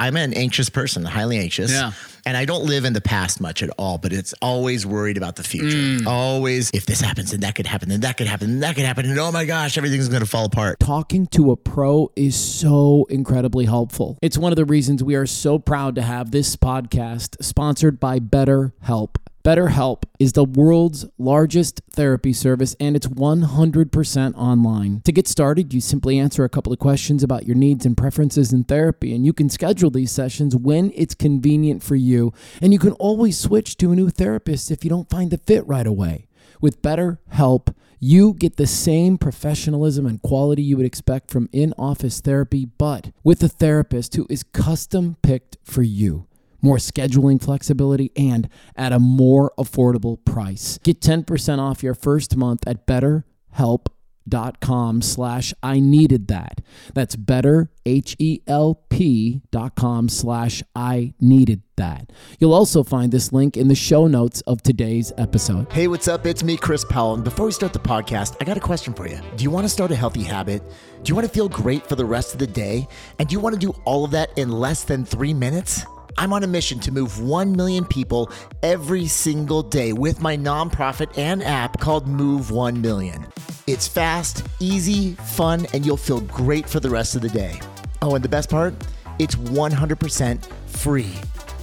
I'm an anxious person, highly anxious. Yeah. And I don't live in the past much at all, but it's always worried about the future. Always, if this happens, then that could happen, then that could happen, then that could happen, and oh my gosh, everything's going to fall apart. talking to a pro is so incredibly helpful. It's one of the reasons we are so proud to have this podcast sponsored by BetterHelp. BetterHelp is the world's largest therapy service and it's 100% online. To get started, you simply answer a couple of questions about your needs and preferences in therapy, and you can schedule these sessions when it's convenient for you. And you can always switch to a new therapist if you don't find the fit right away. With BetterHelp, you get the same professionalism and quality you would expect from in office therapy, but with a therapist who is custom picked for you. More scheduling flexibility and at a more affordable price. Get 10% off your first month at betterhelp.com slash I needed that. That's better, H-E-L-P dot com slash I needed that. You'll also find this link in the show notes of today's episode. Hey, what's up? It's me, Chris Powell. And before we start the podcast, I got a question for you. Do you want to start a healthy habit? Do you want to feel great for the rest of the day? And do you want to do all of that in less than three minutes? I'm on a mission to move 1 million people every single day with my nonprofit and app called Move 1 Million. It's fast, easy, fun, and you'll feel great for the rest of the day. Oh, and the best part? It's 100% free.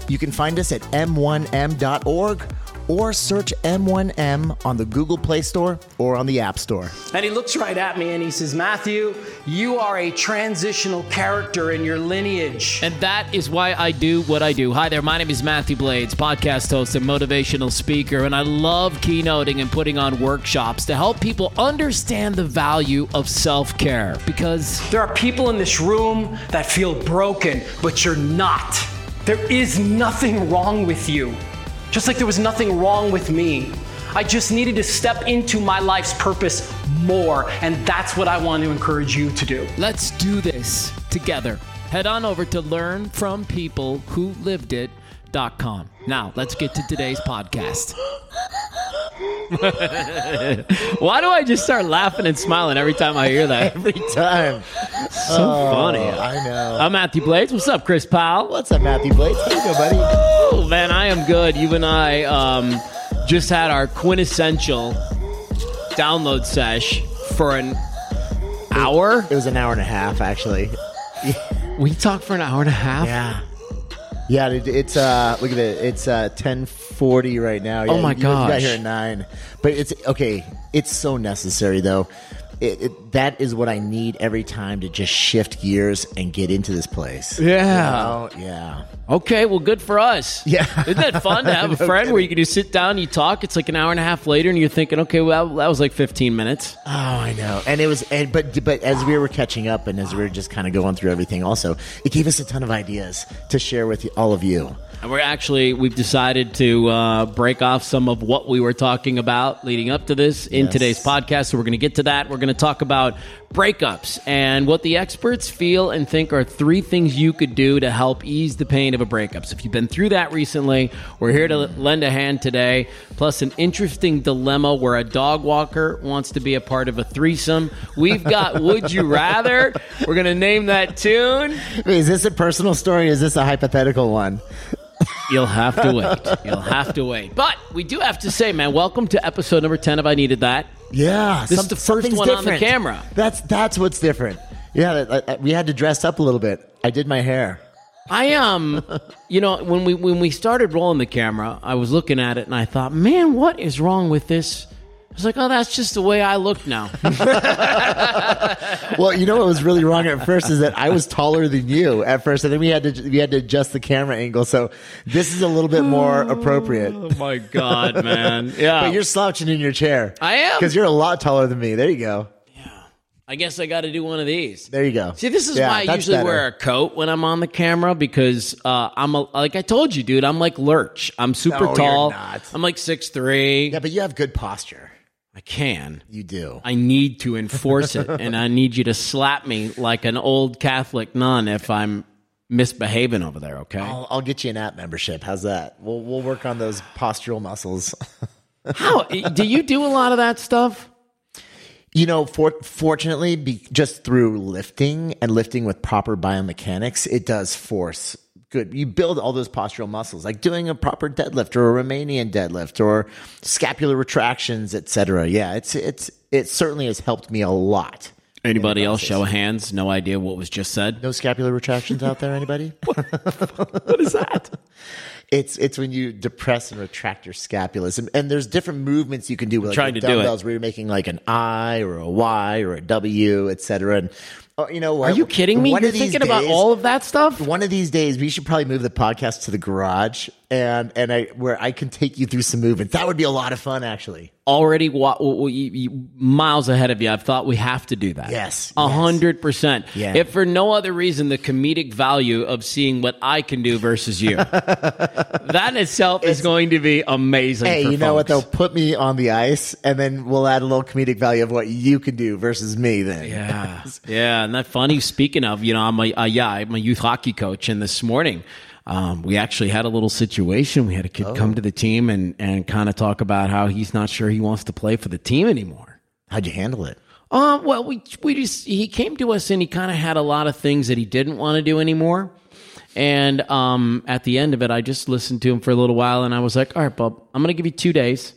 You can find us at m1m.org or search M1M on the Google Play Store or on the App Store. And he looks right at me and he says, Matthew, you are a transitional character in your lineage. And that is why I do what I do. Hi there, my name is Matthew Blades, podcast host and motivational speaker, and I love keynoting and putting on workshops to help people understand the value of self care because There are people in this room that feel broken, but you're not. There is nothing wrong with you. Just like there was nothing wrong with me. I just needed to step into my life's purpose more, and that's what I want to encourage you to do. Let's do this together. Head on over to learnfrompeoplewholivedit.com. Now, let's get to today's podcast. Why do I just start laughing and smiling every time I hear that? Every time. So funny. I know. I'm Matthew Blades. What's up, Chris Powell? What's up, Matthew Blades? How you doing, buddy? Oh, man, I am good. You and I um, just had our quintessential download sesh for an hour. It was an hour and a half, actually. We talked for an hour and a half. Yeah. Yeah, it, it's uh, look at it. It's uh, ten forty right now. Yeah, Oh my you, You got gosh. here at nine, but it's okay. It's so necessary though. It, it, that is what I need every time to just shift gears and get into this place. Yeah. You know? yeah. Okay, well, good for us. Yeah. Isn't that fun to have a No friend where you can just sit down, you talk, it's like an hour and a half later, and you're thinking, okay, well, that was like 15 minutes. Oh, I know. And it was, and, but but as we were catching up and as we were just kind of going through everything, also, it gave us a ton of ideas to share with you, all of you. And we're actually, we've decided to uh, break off some of what we were talking about leading up to this in Yes. today's podcast. So we're going to get to that. We're going to talk about breakups and what the experts feel and think are three things you could do to help ease the pain of a breakup. So if you've been through that recently, we're here to lend a hand today. Plus, an interesting dilemma where a dog walker wants to be a part of a threesome. We've got Would You Rather. We're going to name that tune. Wait, is this a personal story? Or is this a hypothetical one? You'll have to wait. You'll have to wait. But we do have to say, man, welcome to episode number 10 of I Needed That. Yeah, This is the first something's one on the camera. That's that's what's different. Yeah, that- that- we had to dress up a little bit. I did my hair. I um, you know, when we when we started rolling the camera, I was looking at it and I thought, man, what is wrong with this? I was like, oh, that's just the way I look now. Oh Well, you know what was really wrong at first is that I was taller than you at first, and then we had to we had to adjust the camera angle. So this is a little bit more appropriate. my God, man. Yeah. But you're slouching in your chair. I am. because you're a lot taller than me. There you go. I guess I got to do one of these. There you go. See, this is Yeah, why I that's usually better. wear a coat when I'm on the camera because uh, I'm a, like I told you, dude. I'm like Lurch. I'm super No, you're tall. not. I'm like six three. Yeah, but you have good posture. I can. You do. I need to enforce it, and I need you to slap me like an old Catholic nun if I'm misbehaving over there. Okay? I'll, I'll get you an app membership. How's that? We'll we'll work on those postural muscles. How do you do a lot of that stuff? You know, for, fortunately, be, just through lifting and lifting with proper biomechanics, it does force good. You build all those postural muscles, like doing a proper deadlift or a Romanian deadlift or scapular retractions, etc. Yeah, it's it's it certainly has helped me a lot. Anybody else? Show of hands. No idea what was just said. No scapular retractions out there, anybody? What is that? It's it's when you depress and retract your scapulus, and, and there's different movements you can do with like, trying the to do it. dumbbells, where you're making like an I or a Y or a W, etc. And oh, you know what? Are you kidding me? One You're of these thinking about days- all of that stuff? One of these days, we should probably move the podcast to the garage, and and I where I can take you through some movements. That would be a lot of fun, actually. already wa- w- w- you- you- miles ahead of you. I've thought we have to do that. Yes, a yes. hundred percent. Yeah. If for no other reason, the comedic value of seeing what I can do versus you, that in itself is going to be amazing. Hey, for you know what? They'll folks. put me on the ice, and then we'll add a little comedic value of what you can do versus me. Then, Yeah, yeah, and that funny. Speaking of, you know, I'm a uh, yeah, I'm a youth hockey coach, and this morning. Um, we actually had a little situation. We had a kid come to the team and, and kind of talk about how he's not sure he wants to play for the team anymore. how'd you handle it? Uh, well, we we just he came to us and he kind of had a lot of things that he didn't want to do anymore. And um, at the end of it, I just listened to him for a little while, and I was like, "All right, Bob, I'm going to give you two days.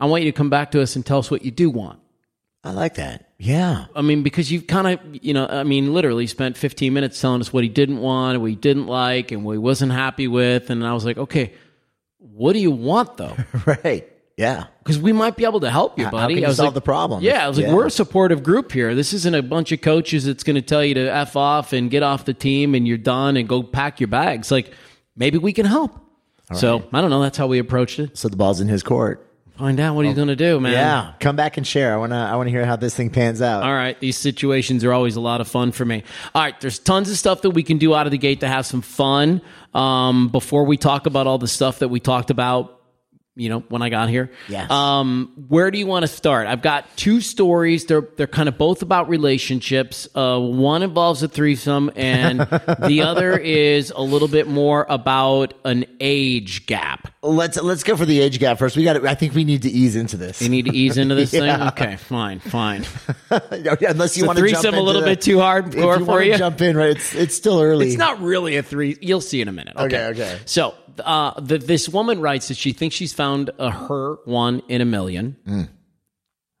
I want you to come back to us and tell us what you do want." I like that. Yeah, I mean, because you've kind of, you know, I mean, literally spent 15 minutes telling us what he didn't want, and what he didn't like, and what he wasn't happy with, and I was like, "Okay, what do you want though?" right. Yeah. because we might be able to help you, buddy. how can you I was solve like- the problem? Yeah, I was like, Yeah. we're a supportive group here. This isn't a bunch of coaches that's going to tell you to f off and get off the team and you're done and go pack your bags. Like maybe we can help. So I don't know. That's how we approached it. So the ball's in his court. Find out what he's going to do, man. Oh, Yeah, come back and share. I wanna I wanna hear how this thing pans out. All right, these situations are always a lot of fun for me. All right, there's tons of stuff that we can do out of the gate to have some fun. Um, before we talk about all the stuff that we talked about, you know, when I got here. Yes. Um, where do you want to start? I've got two stories. They're they're kind of both about relationships. Uh, one involves a threesome, and the other is a little bit more about an age gap. Let's let's go for the age gap first. We got. I think we need to ease into this. You need to ease into this thing. Okay, fine, fine. Unless you The want to jump threesome a into little the- bit too hard If you for- for wanna you? Jump in, right? It's it's still early. It's not really a three. You'll see in a minute. Okay, Okay, okay. So uh, the, this woman writes that she thinks she's found a her one in a million.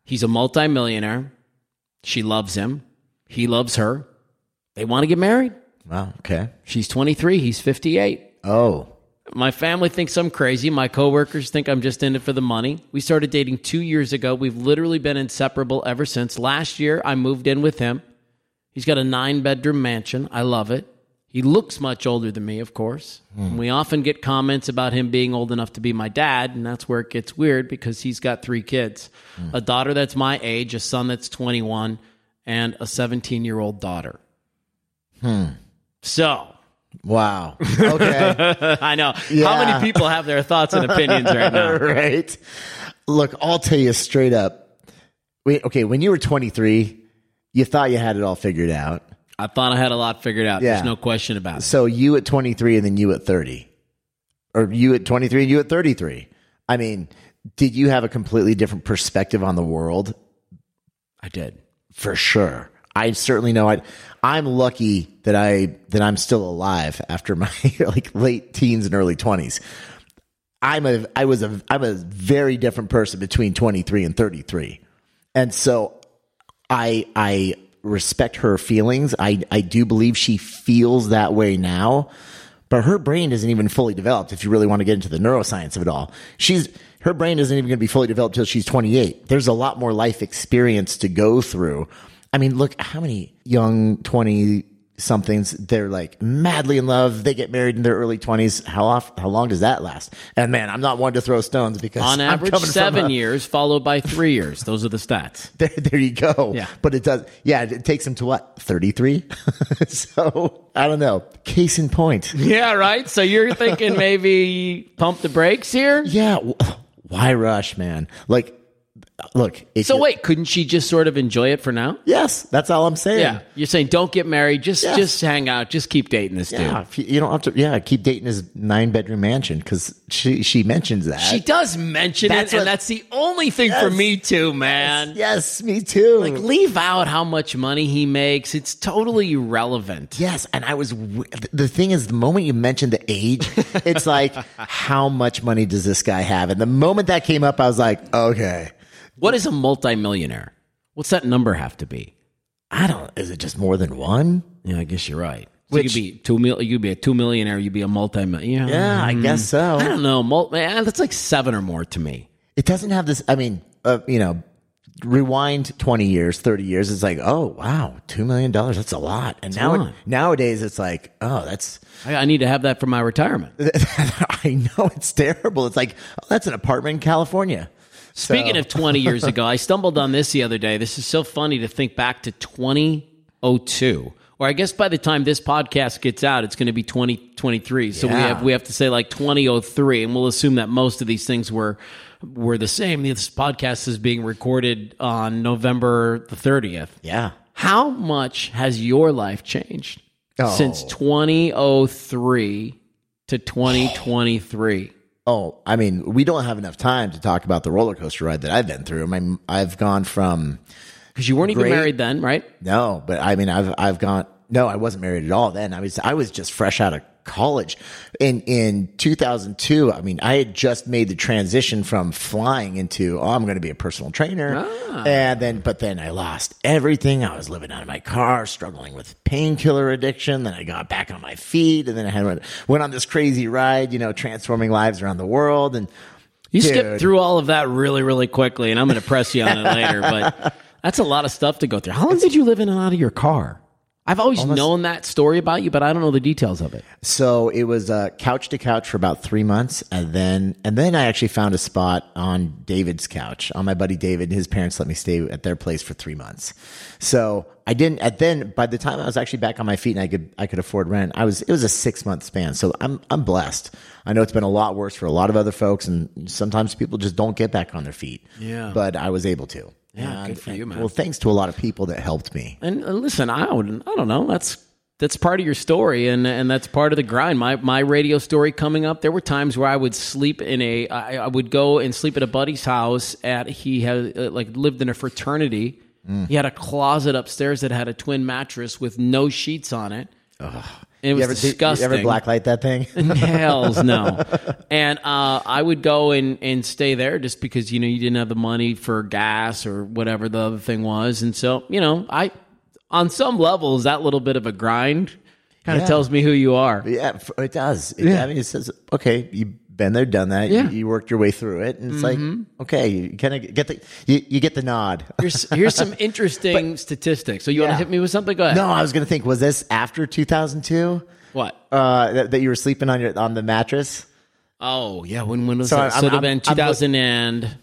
He's a multimillionaire. She loves him. He loves her. They want to get married. Wow. Okay. She's 23. He's 58. Oh. My family thinks I'm crazy. My coworkers think I'm just in it for the money. We started dating two years ago. We've literally been inseparable ever since. Last year, I moved in with him. He's got a nine bedroom mansion. I love it. He looks much older than me, of course. And We often get comments about him being old enough to be my dad, and that's where it gets weird because he's got three kids a daughter that's my age, a son that's 21, and a 17 year old daughter. So, Wow. Okay. I know. How Yeah. many people have their thoughts and opinions right now? right. Look, I'll tell you straight up. Wait. Okay. When you were 23, you thought you had it all figured out. I thought I had a lot figured out. Yeah. There's no question about it. So you at 23 and then you at 30. Or you at 23 and you at 33. I mean, did you have a completely different perspective on the world? I did. For sure. I certainly know I I'm lucky that I that I'm still alive after my like late teens and early 20s. I'm a I was a I'm a very different person between 23 and 33. And so I I respect her feelings. I I do believe she feels that way now, but her brain isn't even fully developed. If you really want to get into the neuroscience of it all, she's her brain isn't even going to be fully developed till she's 28. There's a lot more life experience to go through. I mean, look how many young 20 somethings they're like madly in love they get married in their early 20s how off how long does that last and man i'm not one to throw stones because On I'm average, coming from seven a- years followed by three years. Those are the stats. there, there you go. Yeah. But it does. Yeah. It takes him to what? 33. so I don't know. Case in point. Yeah, right. So you're thinking maybe pump the brakes here? Yeah. wh- Why rush, man? Like, look. If So you- wait, couldn't she just sort of enjoy it for now? Yes, that's all I'm saying. Yeah, you're saying don't get married. Just Yes. just hang out. Just keep dating this Yeah, dude. if you- you don't have to. Yeah, keep dating his nine bedroom mansion because she she mentions that. She does mention That's it, what- and that's the only thing for Yes. me too, man. yes, me too. Like leave out how much money he makes. It's totally irrelevant. yes, and I was. w- The thing is, the moment you mentioned the age, it's like how much money does this guy have? And the moment that came up, I was like, okay, What is a multimillionaire? What's that number have to be? I don't. Is it just more than one? Yeah, I guess you're right. So Which- you could be two mil, you could be a two millionaire, you'd be a multi millionaire. Yeah, I guess so. I don't know. Mul- man, that's like seven or more to me. it doesn't have this i mean uh, you know rewind 20 years 30 years it's like oh wow 2 million dollars that's a lot and now lot. nowadays it's like oh that's I, I need to have that for my retirement. i know it's terrible it's like oh, that's an apartment in california So- Speaking of 20 years ago, I stumbled on this the other day. This is so funny to think back to 2002. Or I guess by the time this podcast gets out, it's going to be 2023. So we Yeah. have we have to say like 2003, and we'll assume that most of these things were were the same. This podcast is being recorded on November the 30th. yeah How much has your life changed Oh. since 2003 to 2023? oh i mean we don't have enough time to talk about the roller coaster ride that i've been through My, i've gone from Because you weren't even Great. married then, right? No, but I mean, I've I've gone. No, I wasn't married at all then. I was I was just fresh out of college. In in 2002, I mean, I had just made the transition from flying into oh, I'm going to be a personal trainer, and then but then I lost everything. I was living out of my car, struggling with painkiller addiction. Then I got back on my feet, and then I had went on this crazy ride, you know, transforming lives around the world. And You Dude. skipped through all of that really, really quickly, and I'm going to press you on it later. But that's a lot of stuff to go through. How long did you live in and out of your car? I've always known that story about you, but I don't know the details of it. So it was uh, couch to couch for about three months, and then and then I actually found a spot on David's couch on my buddy David. His parents let me stay at their place for three months. So I didn't. And then by the time I was actually back on my feet and I could I could afford rent, I was it was a six month span. So I'm I'm blessed. I know it's been a lot worse for a lot of other folks, and sometimes people just don't get back on their feet. Yeah. but I was able to. Yeah, good for you, man. Well, thanks to a lot of people that helped me. And uh, listen, I would, I don't know. That's that's part of your story, and and that's part of the grind. My my radio story coming up. There were times where I would sleep in a, I, I would go and sleep at a buddy's house. At he had uh, like lived in a fraternity. Mm. He had a closet upstairs that had a twin mattress with no sheets on it. And it was You ever, did- disgusting. you ever blacklight that thing? Hells no. And uh, I would go and, and stay there just because, you know, you didn't have the money for gas or whatever the other thing was. And so, you know, I, on some levels, that little bit of a grind kind of Yeah. tells me who you are. Yeah, f- it does. It, I mean, it says, okay, you've been there, done that. Yeah. Mm-hmm. You, you worked your way through it, and it's like, okay, you kind of get the you, you get the nod. Here's, here's some interesting statistics. So you want Yeah. to hit me with something? Go ahead. no, I was gonna think, was this after 2002 What? uh, that, that you were sleeping on your on the mattress? Oh, yeah. When, when was So that? I'm- So it would have I'm- been I'm 2000 and.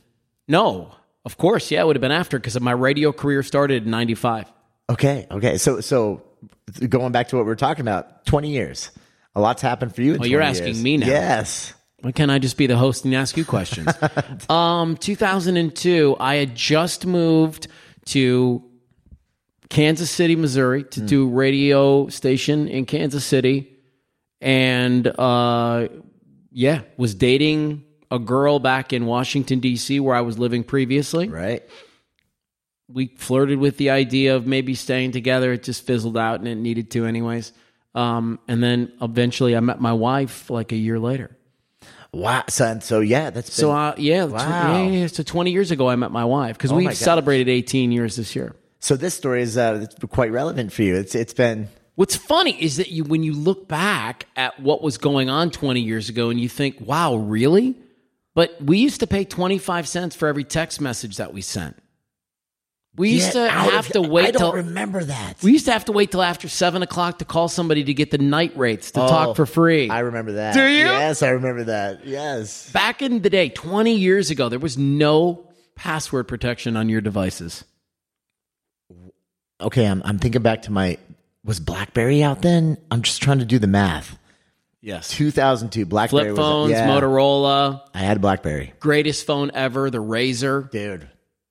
No. Of course. Yeah. It would have been after because my radio career started in 95. Okay, okay. So so going back to what we were talking about, 20 years, a lot's happened for you. In Oh, you're 20 asking years. me now. Yes. Why can't I just be the host and ask you questions? um, 2002, I had just moved to Kansas City, Missouri, to do radio station in Kansas City, and uh, yeah, was dating a girl back in Washington D.C. where I was living previously. Right. We flirted with the idea of maybe staying together. It just fizzled out, and it needed to anyways. Um, and then eventually, I met my wife like a year later. Wow. So and so yeah, that's So been- uh, yeah, tw- Wow. Oh yeah, yeah, so 20 years ago I met my wife because we my gosh. celebrated 18 years this year. so this story is uh, it's quite relevant for you. It's it's been What's funny is that you when you look back at what was going on 20 years ago and you think, "Wow, really?" But we used to pay 25 cents for every text message that we sent. We used Get to out of have to here. I wait don't till remember that. we used to have to wait till after seven o'clock to call somebody to get the night rates to Oh, talk for free. I remember that. Do you? Yes, I remember that. Yes. back in the day, 20 years ago, there was no password protection on your devices. Okay, I'm I'm thinking back to my was BlackBerry out then? I'm just trying to do the math. Yes. 2002 BlackBerry was- flip phones, yeah. Motorola, I had BlackBerry. greatest phone ever, the Razor. Dude.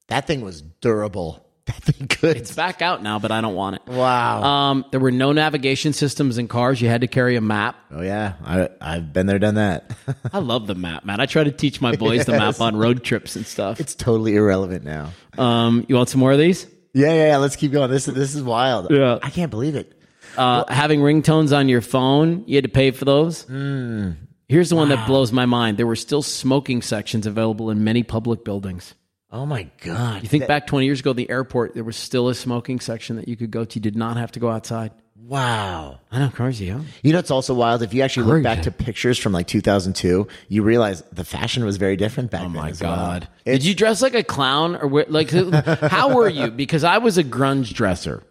That thing was durable. That thing could. It's back out now, but I don't want it. wow. Um, there were no navigation systems in cars. You had to carry a map. oh yeah, I I've been there, done that. I love the map, man. I try to teach my boys the map on road trips and stuff. it's totally irrelevant now. Um, you want some more of these? Yeah, yeah, yeah. Let's keep going. This this is wild. Yeah. I can't believe it. Uh, having ringtones on your phone, you had to pay for those. Here's the one that blows my mind. There were still smoking sections available in many public buildings. Oh my god. You think back 20 years ago, the airport, there was still a smoking section that you could go to. You did not have to go outside. Wow. I know, crazy, huh? You know, it's also wild. If you actually look back Crazy. to pictures from like 2002, you realize the fashion was very different back Oh then. my as well. god! Did you dress like a clown or were- like how were you? Because I was a grunge dresser.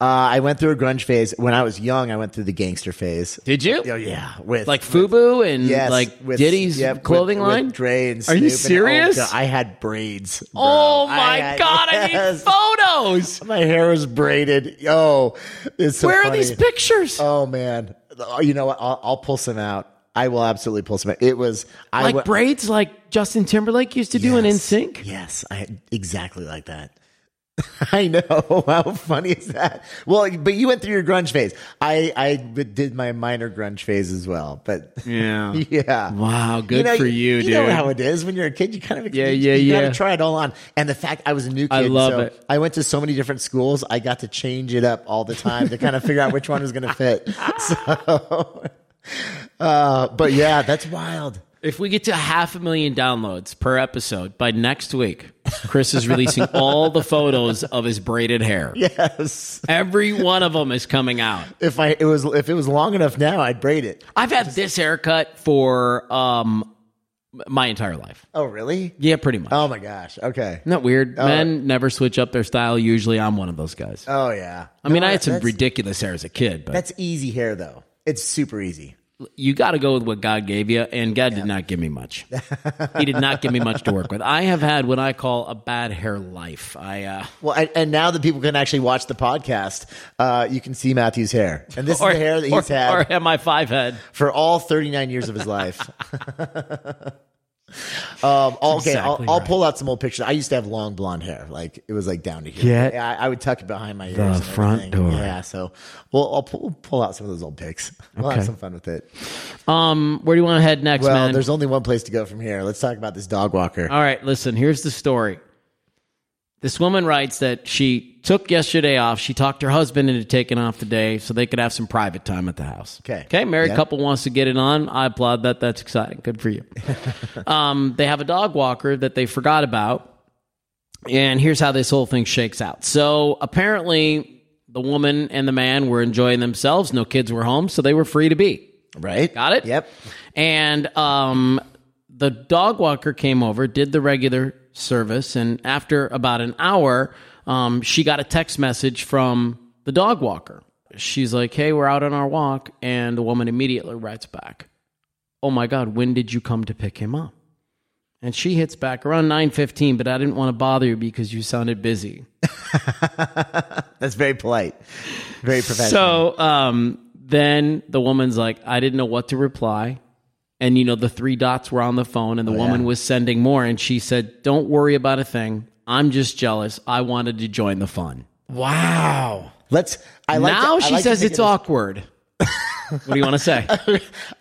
Uh, I went through a grunge phase when I was young. I went through the gangster phase. Did you? Oh yeah, with Like FUBU and yes, like with, Diddy's yep, with- clothing with line. Dre and Are you Snoop and- oh, serious? God, I had braids. bro. oh I my had- god! yes. I need photos. my hair was braided. Oh, it's so Where are funny. these pictures? Oh man, oh, you know what? I'll, I'll pull some out. I will absolutely pull some out. It was I like wa- braids, like Justin Timberlake used to do in Yes. NSYNC. Yes, I exactly like that. I know. How funny is that? Well, but you went through your grunge phase. I I did my minor grunge phase as well. But Yeah. yeah. Wow, good for you, You know dude. how it is when you're a kid. You kind of Yeah, you, yeah, you yeah. Gotta try it all on. And the fact I was a new kid, I love so it. I went to so many different schools. I got to change it up all the time to kind of figure out which one was going to fit. So, uh, but yeah, that's wild. If we get to half a million downloads per episode by next week, Chris is releasing all the photos of his braided hair. Yes. Every one of them is coming out. If I it was if it was long enough now, I'd braid it. I've had this haircut for um my entire life. Oh, really? Yeah, pretty much. Oh my gosh. Okay. Isn't that weird? Uh, Men never switch up their style. Usually, I'm one of those guys. Oh yeah. I mean, I had some that's, ridiculous hair as a kid, but That's easy hair though. It's super easy. you got to go with what God gave you, and God did not give me much. he did not give me much to work with. I have had what I call a bad hair life. I uh, Well, and, and now that people can actually watch the podcast, uh, you can see Matthew's hair, and this is the hair that he's or, had or my five head. for all 39 years of his life. um, okay, exactly I'll, I'll right. pull out some old pictures. I used to have long blonde hair, like it was like down to here. Get Yeah, I, I would tuck it behind my ears. and front everything. door. Yeah, so well, I'll pull, pull out some of those old pics. We'll Okay. have some fun with it. Um, where do you want to head next, Well, man? Uh, there's only one place to go from here. Let's talk about this dog walker. All right, listen, here's the story. This woman writes that she took yesterday off. She talked her husband into taking off today so they could have some private time at the house. Okay. Okay, married Yeah. couple wants to get it on. I applaud that. That's exciting. Good for you. um, they have a dog walker that they forgot about. And here's how this whole thing shakes out. So apparently, the woman and the man were enjoying themselves. No kids were home, so they were free to be. Right? Got it? Yep. And um, the dog walker came over, did the regular service, and after about an hour, um, she got a text message from the dog walker. She's like, "Hey, we're out on our walk," and the woman immediately writes back, "Oh my God, when did you come to pick him up?" And she hits back around nine fifteen, but I didn't want to bother you because you sounded busy. That's very polite, very professional. So um, then the woman's like, I didn't know what to reply. And, you know, the three dots were on the phone, Oh, and the woman was sending more. And she said, Don't worry about a thing. I'm just jealous. I wanted to join the fun. wow. Let's. I like now to- I she like to says think it's of awkward. what do you want to say?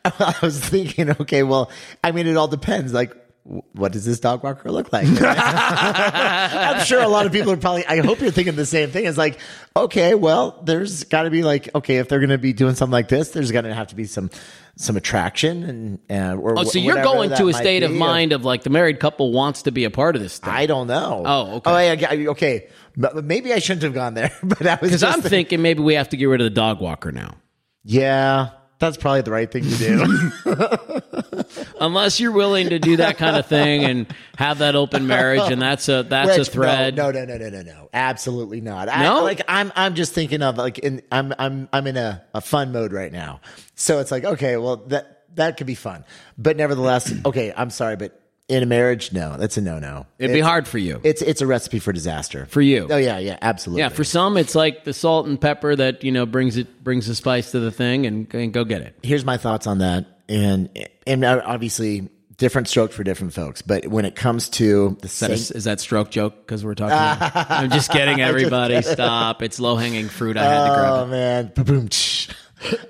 I was thinking, okay, well, I mean, it all depends. Like, w- what does this dog walker look like? I'm sure a lot of people are probably. I hope you're thinking the same thing. It's like, okay, well, there's got to be like, okay, if they're going to be doing something like this, there's going to have to be some some attraction and uh, or Oh, so you're going to a state of mind of like the married couple wants to be a part of this thing. I don't know. Oh, okay. Oh, yeah, yeah, okay. But Maybe I shouldn't have gone there, but I was Because just I'm thinking maybe we have to get rid of the dog walker now. Yeah, that's probably the right thing to do. Unless you're willing to do that kind of thing and have that open marriage, and that's a that's a Which, thread. No, no, no, no, no, no. Absolutely not. I, No? like I'm, I'm just thinking of like, in, I'm, I'm, I'm in a, a fun mode right now. So it's like, okay, well that that could be fun, but nevertheless, okay, I'm sorry, but in a marriage, no, that's a no, no. It'd be hard for you. It's it's a recipe for disaster for you. Oh yeah, yeah, absolutely. Yeah, for some it's like the salt and pepper that you know brings it brings the spice to the thing, and, and go get it. here's my thoughts on that, and and obviously different stroke for different folks. But when it comes to the Is that, same, a- is that stroke joke? Because we're talking. I'm just kidding, Uh, everybody. Stop. It's low hanging fruit. I had to grab oh it. man, boom.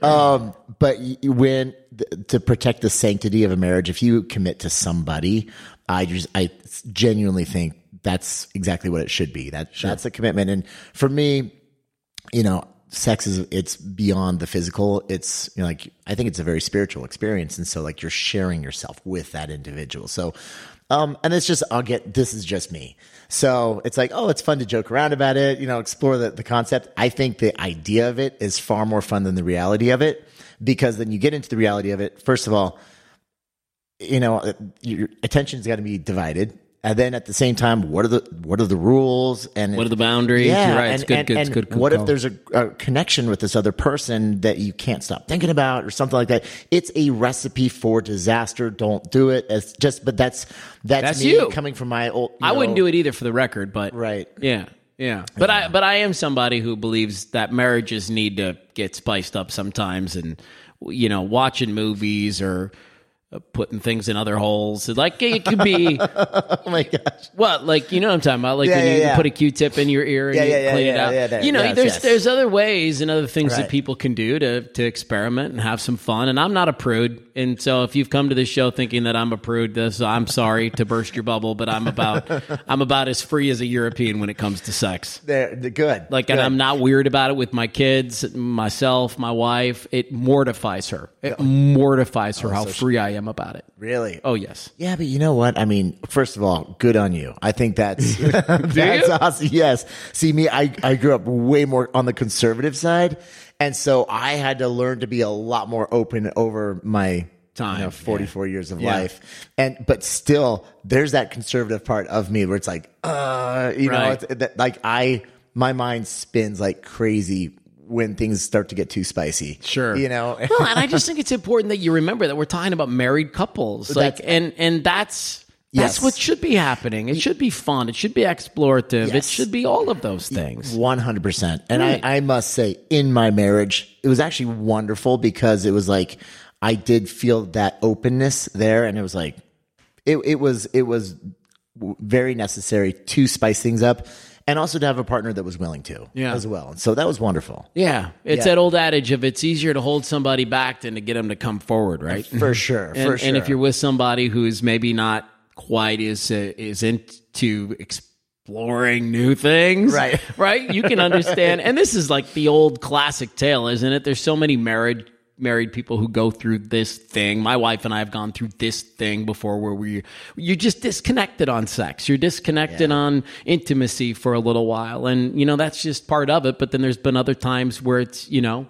um, but y- when th- to protect the sanctity of a marriage, if you commit to somebody, I just I genuinely think that's exactly what it should be. That that's a commitment, and for me, you know sex is it's beyond the physical it's you know like i think it's a very spiritual experience and so like you're sharing yourself with that individual so um and it's just i'll get this is just me so it's like oh it's fun to joke around about it you know explore the, the concept i think the idea of it is far more fun than the reality of it because then you get into the reality of it first of all you know uh, your attention's got to be divided and then at the same time what are the what are the rules and What are the boundaries? You're right. It's good, good, it's good, good What call. if there's a, a connection with this other person that you can't stop thinking about or something like that? It's a recipe for disaster. Don't do it. It's just, but that's that's, That's me you. coming from my old. I wouldn't do it either for the record, but Right. Yeah. Yeah. But I but I am somebody who believes that marriages need to get spiced up sometimes and you know, watching movies or uh, putting things in other holes. Like it could be Oh my gosh! Well, like you know what I'm talking about, like Yeah, when yeah, you yeah. put a Q-tip in your ear and Yeah, you yeah, yeah, clean it yeah, out. yeah, that- you know, yes, there's yes. there's other ways and other things Right. that people can do to to experiment and have some fun. And I'm not a prude, and so if you've come to this show thinking that I'm a prude, this I'm sorry to burst your bubble, but I'm about I'm about as free as a European when it comes to sex. They're, they're good. Like, and I'm not weird about it with my kids, myself, my wife. It mortifies her. It mortifies Oh, her how free I am about it. really. Oh yes. Yeah, but you know what? I mean, first of all, good on you. I think that's that's awesome. Yes. See me, I, I grew up way more on the conservative side. And so I had to learn to be a lot more open over my Time, you know, yeah. 44 years of Yeah. life. And but still there's that conservative part of me where it's like, uh, you know, Right. it's, that, like I my mind spins like crazy when things start to get too spicy. Sure. You know. well, and I just think it's important that you remember that we're talking about married couples. Like That's- and and that's Yes. that's what should be happening. It should be fun. It should be explorative. It Yes. should be all of those things. One hundred percent. And Right. I, I must say, in my marriage, it was actually wonderful because it was like I did feel that openness there, and it was like it, it was it was w- very necessary to spice things up, and also to have a partner that was willing to Yeah. as well. And so that was wonderful. Yeah. It's Yeah. that old adage of it's easier to hold somebody back than to get them to come forward, right? For sure, and, for sure. and if you're with somebody who's maybe not quite as uh, is into exploring new things, Right. Right? You can understand. And this is like the old classic tale, isn't it? There's so many married married people who go through this thing. My wife and I have gone through this thing before where we you're just disconnected on sex. You're disconnected on intimacy for a little while. And you know, that's just part of it, but then there's been other times where it's, you know,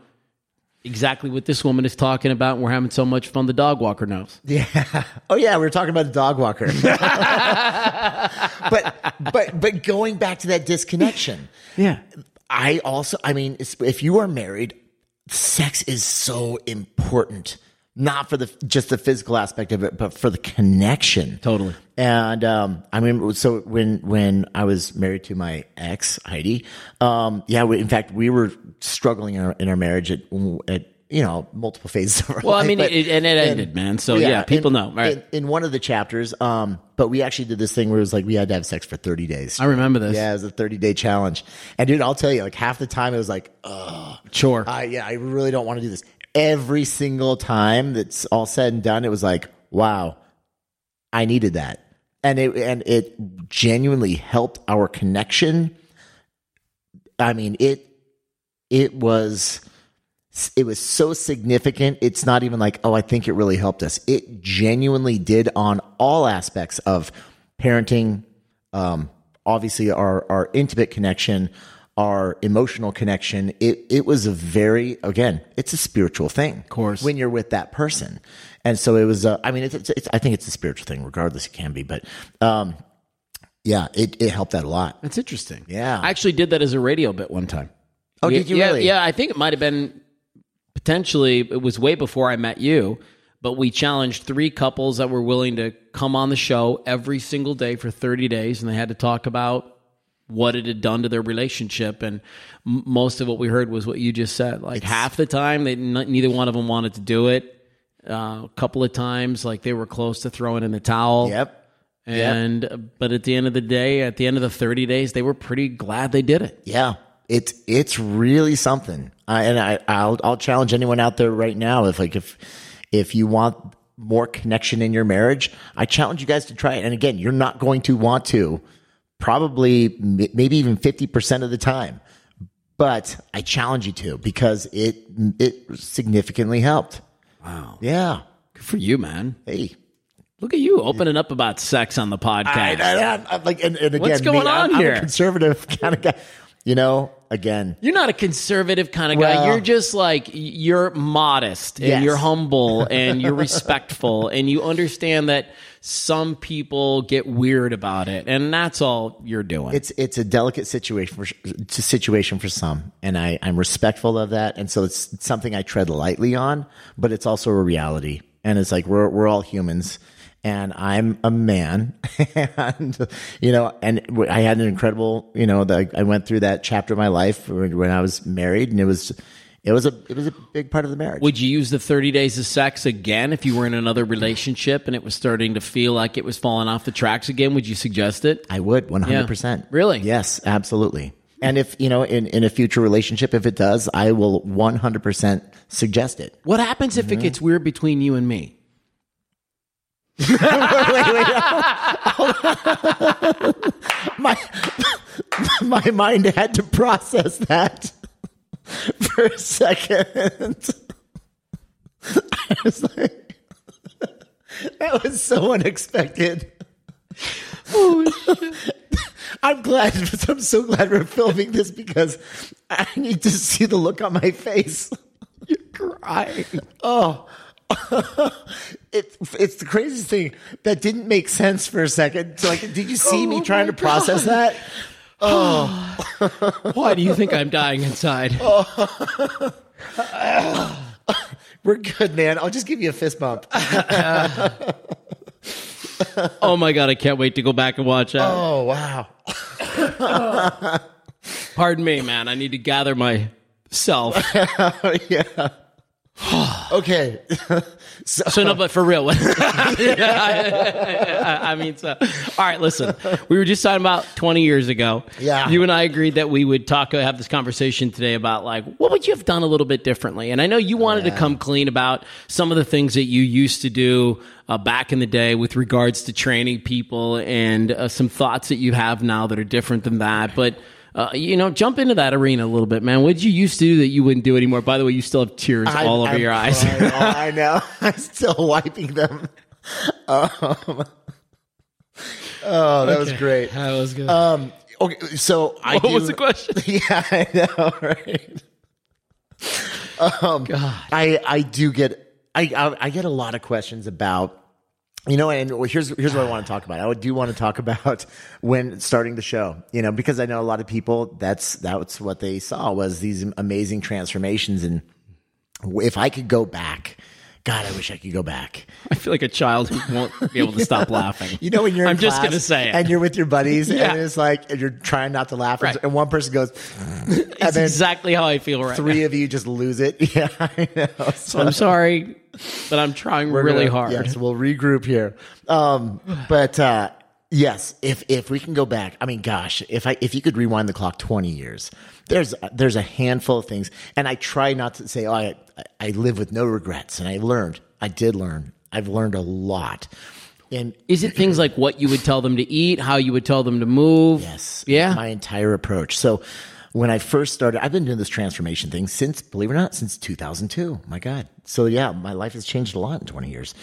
exactly what this woman is talking about. And we're having so much fun. The dog walker knows. Yeah. Oh yeah, we were talking about a dog walker. but but but going back to that disconnection. Yeah. I also, I mean, it's- if you are married, sex is so important. Not for the just the physical aspect of it, but for the connection. Totally. And um, I mean, so when when I was married to my ex Heidi, um, yeah, we, in fact, we were struggling in our, in our marriage at at you know multiple phases of our Well, I life, mean, but- it, and it ended, man. So yeah, people in, know. All right. In, in one of the chapters, um, but we actually did this thing where it was like we had to have sex for thirty days. I remember this. Yeah, it was a 30 day challenge. And dude, I'll tell you, like half the time it was like, oh, Chore. I, yeah, I really don't want to do this. Every single time that's all said and done, it was like, wow, I needed that. And it, and it genuinely helped our connection. I mean, it, it was, it was so significant. It's not even like, oh, I think it really helped us. It genuinely did on all aspects of parenting, um, obviously our our intimate connection, our emotional connection. It it was a very again, it's a spiritual thing, of course. when you're with that person. And so it was. Uh, I mean, it's, it's, it's I think it's a spiritual thing, regardless. It can be, but um, yeah, it it helped out a lot. That's interesting. Yeah. I actually did that as a radio bit one time. Oh, yeah, did you yeah, really? Yeah, I think it might have been potentially, it was way before I met you, but we challenged three couples that were willing to come on the show every single day for 30 days, and they had to talk about what it had done to their relationship. And m- most of what we heard was what you just said. Like half the time, they, n- neither one of them wanted to do it. uh, a couple of times. Like they were close to throwing in the towel. Yep. And but at the end of the day, at the end of the 30 days, they were pretty glad they did it. Yeah, it's it's really something. I, and I I'll I'll challenge anyone out there right now if like if if you want more connection in your marriage, I challenge you guys to try it. And again, you're not going to want to probably m- maybe even 50% of the time. But I challenge you to because it it significantly helped. Wow. Yeah. Good for you, man. Hey. Look at you opening up about sex on the I, podcast. I, am like and, and again, What's going me, I'm- on I'm, here? a conservative kind of guy. You know, again, You're not a conservative kind of guy. Well- You're just like you're modest and Yes. you're humble and you're respectful and you understand that some people get weird about it, and that's all you're doing. it's it's a delicate situation for it's a situation for some, and I I'm respectful of that, and so it's, it's something I tread lightly on, but it's also a reality, and it's like we're we're all humans, and I'm a man, and you know, and w- I had an incredible, you know, the, I went through that chapter of my life when when I was married, and it was it was a it was a big part of the marriage. Would you use the 30 days of sex again if you were in another relationship and it was starting to feel like it was falling off the tracks again? Would you suggest it? I would 100%. Really? Yes, absolutely. And if, you know, in, in a future relationship, if it does, I will 100% suggest it. What happens if it gets weird between you and me? My, my mind had to process that for a second. I was like, that was so unexpected. I'm glad. I'm so glad we're filming this because I need to see the look on my face. You're crying. Oh, it, it's the craziest thing. That didn't make sense for a second. So, like, did you see me trying to process that? Why do you think I'm dying inside? We're good, man. I'll just give you a fist bump. Oh my God, I can't wait to go back and watch that. Oh wow. Pardon me, man. I need to gather myself. yeah. okay. So no, but for real. I mean, so all right. Listen, we were just talking about 20 years ago. Yeah. you and I agreed that we would talk, uh, have this conversation today about like what would you have done a little bit differently. And I know you wanted to come clean about some of the things that you used to do uh, back in the day with regards to training people and uh, some thoughts that you have now that are different than that, but. Uh, you know, jump into that arena a little bit, man. What did you used to do that you wouldn't do anymore? By the way, you still have tears all over I'm your eyes. crying. Oh, I know. I'm still wiping them. Um, oh, that was great. That was good. Um, okay, so I what was do- the question? Yeah, I know, right? Um, I I do get I, I I get a lot of questions about you know, and here's here's what I want to talk about. I do want to talk about when starting the show, you know, because I know a lot of people. That's that's what they saw was these amazing transformations, and if I could go back, God, I wish I could go back. I feel like a child who won't be able to stop laughing. You know when you're in I'm just class gonna say it. and you're with your buddies Yeah. and it's like and you're trying not to laugh Right. and one person goes and That's then exactly how I feel right three of you just lose it. Yeah, I know. So now. I'm sorry, but I'm trying really hard. Yes, we'll regroup here. Um, but uh, yes, if if we can go back, I mean, gosh, if I if you could rewind the clock twenty years, there's there's a handful of things, and I try not to say, oh, I I live with no regrets, and I learned, I did learn, I've learned a lot, and Is it things like what you would tell them to eat, how you would tell them to move? Yes. Yeah. My entire approach. So when I first started, I've been doing this transformation thing since, believe it or not, since 2002. My God. So yeah, my life has changed a lot in 20 years.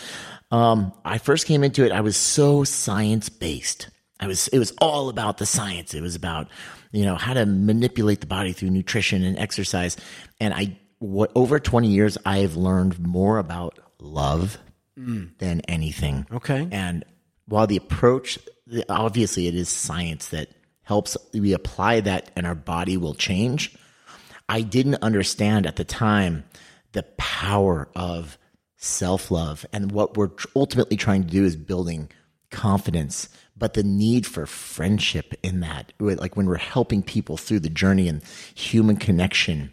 Um, I first came into it, I was so science based. I was, it was all about the science. It was about, you know, how to manipulate the body through nutrition and exercise. And I, what over 20 years, I've learned more about love than anything. Mm. Okay. And while the approach, the- obviously, it is science that helps we apply that and our body will change. I didn't understand at the time the power of self love and what we're tr- ultimately trying to do is building confidence, but the need for friendship in that, with- like when we're helping people through the journey and human connection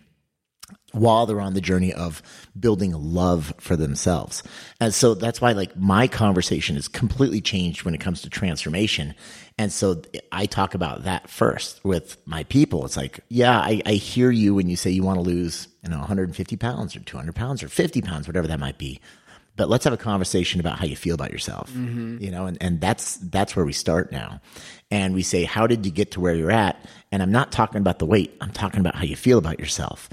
while they're on the journey of building love for themselves. And so that's why like my conversation is completely changed when it comes to transformation. And so I talk about that first with my people. It's like, yeah, I, I hear you when you say you want to lose, you know, 150 pounds or 200 pounds or 50 pounds, whatever that might be. But let's have a conversation about how you feel about yourself, you know, and, and that's, that's where we start now. And we say, how did you get to where you're at? And I'm not talking about the weight. I'm talking about how you feel about yourself.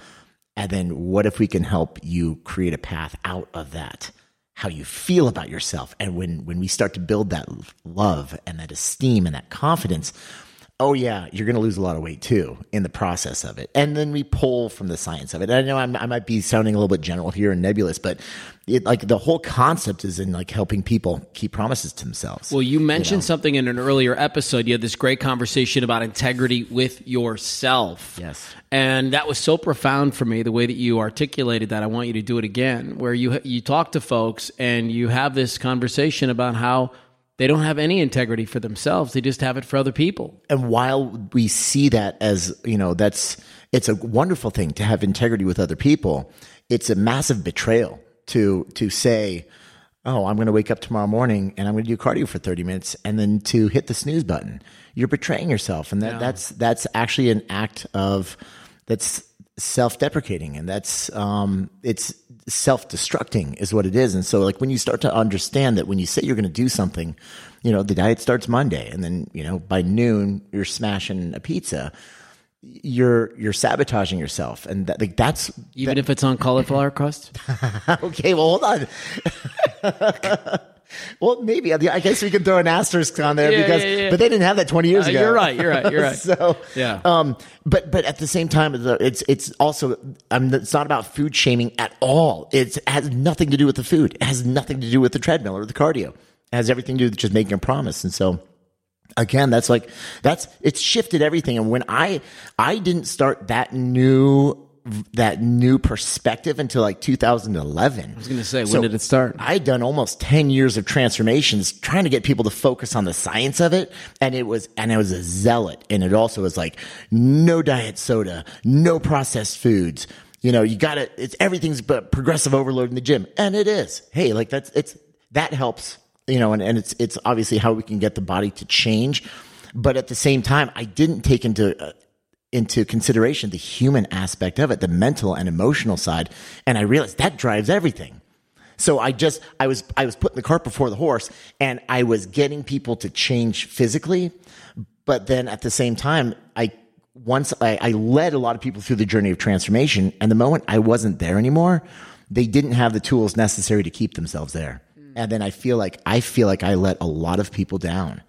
And then what if we can help you create a path out of that? How you feel about yourself. And when when we start to build that love and that esteem and that confidence, oh yeah, you're going to lose a lot of weight too in the process of it. And then we pull from the science of it. I know I'm, I might be sounding a little bit general here and nebulous, but it, like the whole concept is in like helping people keep promises to themselves. Well, you mentioned something in an earlier episode. You had this great conversation about integrity with yourself. Yes. And that was so profound for me the way that you articulated that. I want you to do it again where you you talk to folks and you have this conversation about how they don't have any integrity for themselves. They just have it for other people. and while we see that as you know that's it's a wonderful thing to have integrity with other people it's a massive betrayal to to say oh i'm going to wake up tomorrow morning and i'm going to do cardio for 30 minutes and then to hit the snooze button you're betraying yourself and that, that's that's actually an act of that's self-deprecating and that's um it's self-destructing is what it is and so like when you start to understand that when you say you're going to do something you know the diet starts monday and then you know by noon you're smashing a pizza you're you're sabotaging yourself and that like that's Even if it's on cauliflower crust? okay well hold on well maybe i guess we can throw an asterisk on there Yeah, because yeah, yeah. but they didn't have that 20 years Uh, ago you're right. You're right. You're right. so Yeah. um, but but at the same time, it's- it's it's also I'm, it's not about food shaming at all. It's, it has nothing to do with the food. It has nothing to do with the treadmill or the cardio. It has everything to do with just making a promise. And so again, that's like that's it's shifted everything. And when I I didn't start that new that new perspective until like 2011. I was gonna say, when did it start? I'd done almost 10 years of transformations trying to get people to focus on the science of it. And it was, and I was a zealot. And it also was like, no diet soda, no processed foods. You know, you gotta, it's everything's but progressive overload in the gym. And it is. Hey, like that's, it's, that helps, you know, and, and it's, it's obviously how we can get the body to change. But at the same time, I didn't take into, uh, into consideration the human aspect of it, the mental and emotional side. And I realized that drives everything. So I just I was I was putting the cart before the horse and I was getting people to change physically, but then at the same time I once I, I led a lot of people through the journey of transformation and the moment I wasn't there anymore, they didn't have the tools necessary to keep themselves there. And then I feel like I feel like I let a lot of people down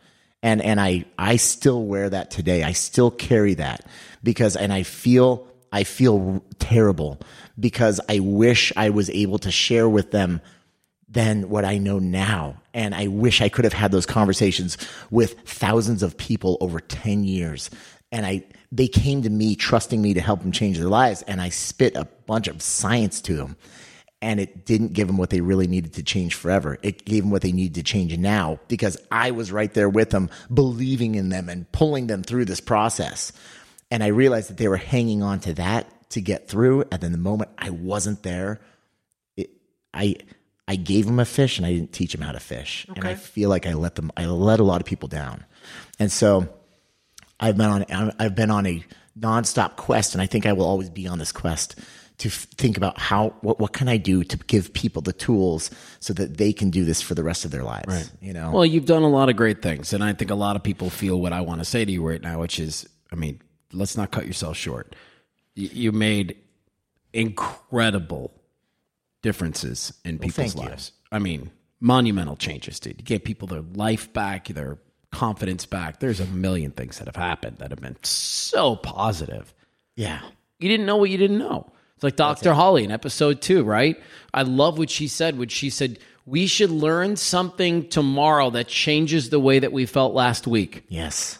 and and I I still wear that today. I still carry that because and I feel I feel terrible because I wish I was able to share with them than what I know now. And I wish I could have had those conversations with thousands of people over 10 years. And I they came to me trusting me to help them change their lives and I spit a bunch of science to them. And it didn't give them what they really needed to change forever. It gave them what they needed to change now because I was right there with them, believing in them and pulling them through this process. And I realized that they were hanging on to that to get through. And then the moment I wasn't there, I I gave them a fish and I didn't teach them how to fish, and I feel like I let them I let a lot of people down, and so I've been on I've been on a nonstop quest, and I think I will always be on this quest to f- think about how what what can I do to give people the tools so that they can do this for the rest of their lives, you know. Well, you've done a lot of great things, and I think a lot of people feel what I want to say to you right now, which is, I mean, let's not cut yourself short. You, you made incredible differences in people's thank you. lives. I mean, monumental changes, dude. You gave people their life back, their confidence back. There's a million things that have happened that have been so positive yeah, you didn't know what you didn't know. It's like Dr. Holly in episode two, right? I love what she said, which she said, we should learn something tomorrow that changes the way that we felt last week. yes, Ah,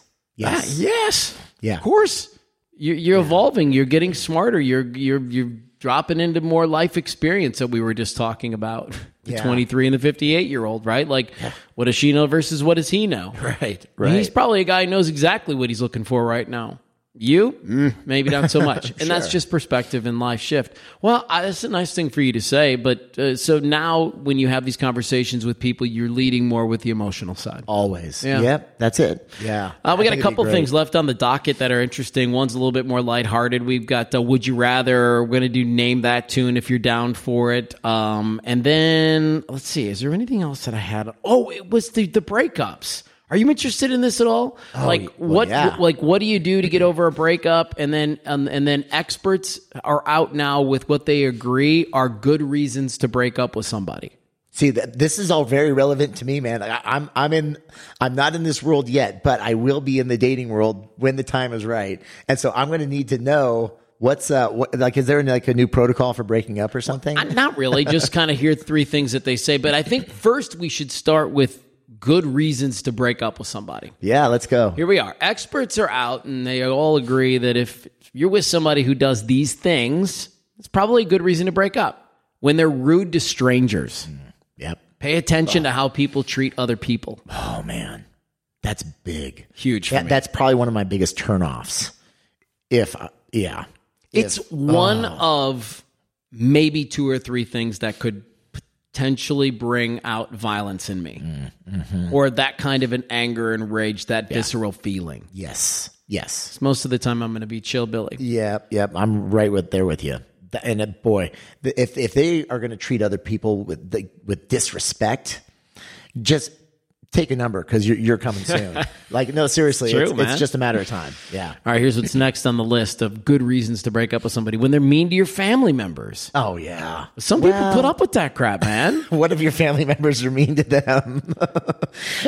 yes, yes. Yeah. Of course. You're, you're evolving. You're getting smarter. You're, you're, you're dropping into more life experience that we were just talking about. The Yeah. 23 and the 58 year old, right? Like, what does she know versus what does he know? right, He's probably a guy who knows exactly what he's looking for right now. You, Mm. maybe not so much. And that's just perspective and life shift. Well, I, that's a nice thing for you to say. But uh, so now when you have these conversations with people, you're leading more with the emotional side. Always. Yeah. Yep. That's it. Yeah. I Uh, we think got a it'd be couple great. things left on the docket that are interesting. One's a little bit more lighthearted. We've got uh, Would You Rather. We're going to do Name That Tune if you're down for it. Um, and then, let's see, is there anything else that I had? Oh, it was the, the breakups. Are you interested in this at all? like what? Oh, yeah. Like what do you do to get over a breakup? And then, um, and then experts are out now with what they agree are good reasons to break up with somebody. See, th- this is all very relevant to me, man. I, I'm, I'm in, I'm not in this world yet, but I will be in the dating world when the time is right. And so I'm going to need to know what's, uh, what, like, is there like a new protocol for breaking up or something? Uh, Not really. Just kind of hear three things that they say. But I think first we should start with good reasons to break up with somebody. yeah, let's go. Here we are. Experts are out, and they all agree that if you're with somebody who does these things, it's probably a good reason to break up. When they're rude to strangers, Yep. pay attention to how people treat other people. Oh man, that's big. Huge for That- me. that's probably one of my biggest turnoffs. If, I, yeah. It's one of maybe two or three things that could potentially bring out violence in me or that kind of an anger and rage, that visceral feeling. Yes. Yes. Most of the time, I'm going to be chill, Billy. Yep, yep. I'm right with there with you. Th- And uh, boy, th- if if they are going to treat other people with the, with disrespect, just take a number because you're you're coming soon. like no, seriously, True, it's, it's man. just a matter of time. Yeah. All right, here's what's next on the list of good reasons to break up with somebody when they're mean to your family members. Oh yeah. Some people put up with that crap, man. What if your family members are mean to them?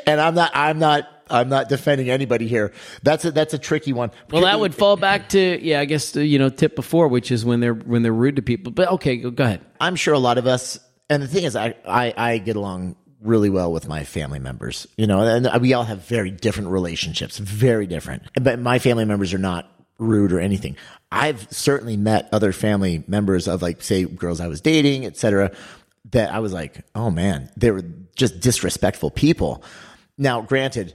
and I'm not. I'm not. I'm not defending anybody here. That's a that's a tricky one. Well, that would fall back to yeah, I guess uh, you know tip before, which is when they're when they're rude to people. But okay, go, go ahead. I'm sure a lot of us, and the thing is, I, I, I get along really well with my family members, you know, and we all have very different relationships, very different. But my family members are not rude or anything. I've certainly met other family members of like, say, girls I was dating, et cetera, that I was like, oh man, they were just disrespectful people. Now, granted,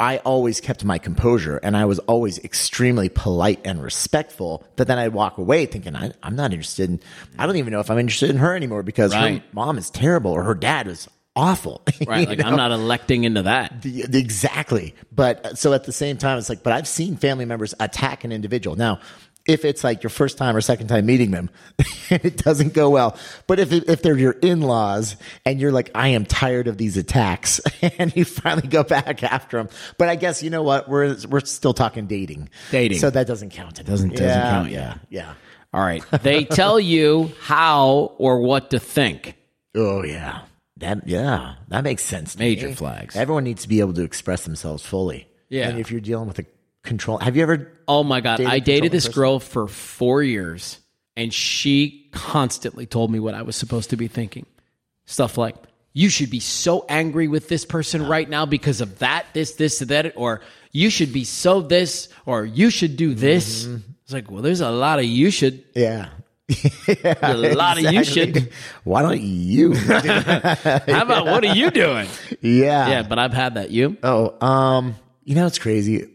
I always kept my composure and I was always extremely polite and respectful. But then I'd walk away thinking, I, I'm not interested in, I don't even know if I'm interested in her anymore because Right. her mom is terrible or her dad is awful. Right, You like know? I'm not electing into that. The- the- Exactly. But uh, so at the same time, it's like, but I've seen family members attack an individual. Now, if it's like your first time or second time meeting them, it doesn't go well. But if, it, if they're your in laws and you're like, I am tired of these attacks, and you finally go back after them. But I guess, you know what? We're, we're still talking dating. Dating. So that doesn't count. It Doesn't- doesn't count, yeah. Yeah. All right. They tell you how or what to think. Oh, yeah. That, yeah. That makes sense. to Major me. flags. Everyone needs to be able to express themselves fully. Yeah. And if you're dealing with a control, have you ever? Oh my God. Dated I controlling dated this person. girl for four years and she constantly told me what I was supposed to be thinking. Stuff like, you should be so angry with this person right now because of that, this, this, that, or you should be so this, or you should do this. It's like, well, there's a lot of you should. Yeah. A lot of you should. Why don't you? How about what are you doing? yeah. Yeah, but I've had that. You? Oh, um, you know it's crazy.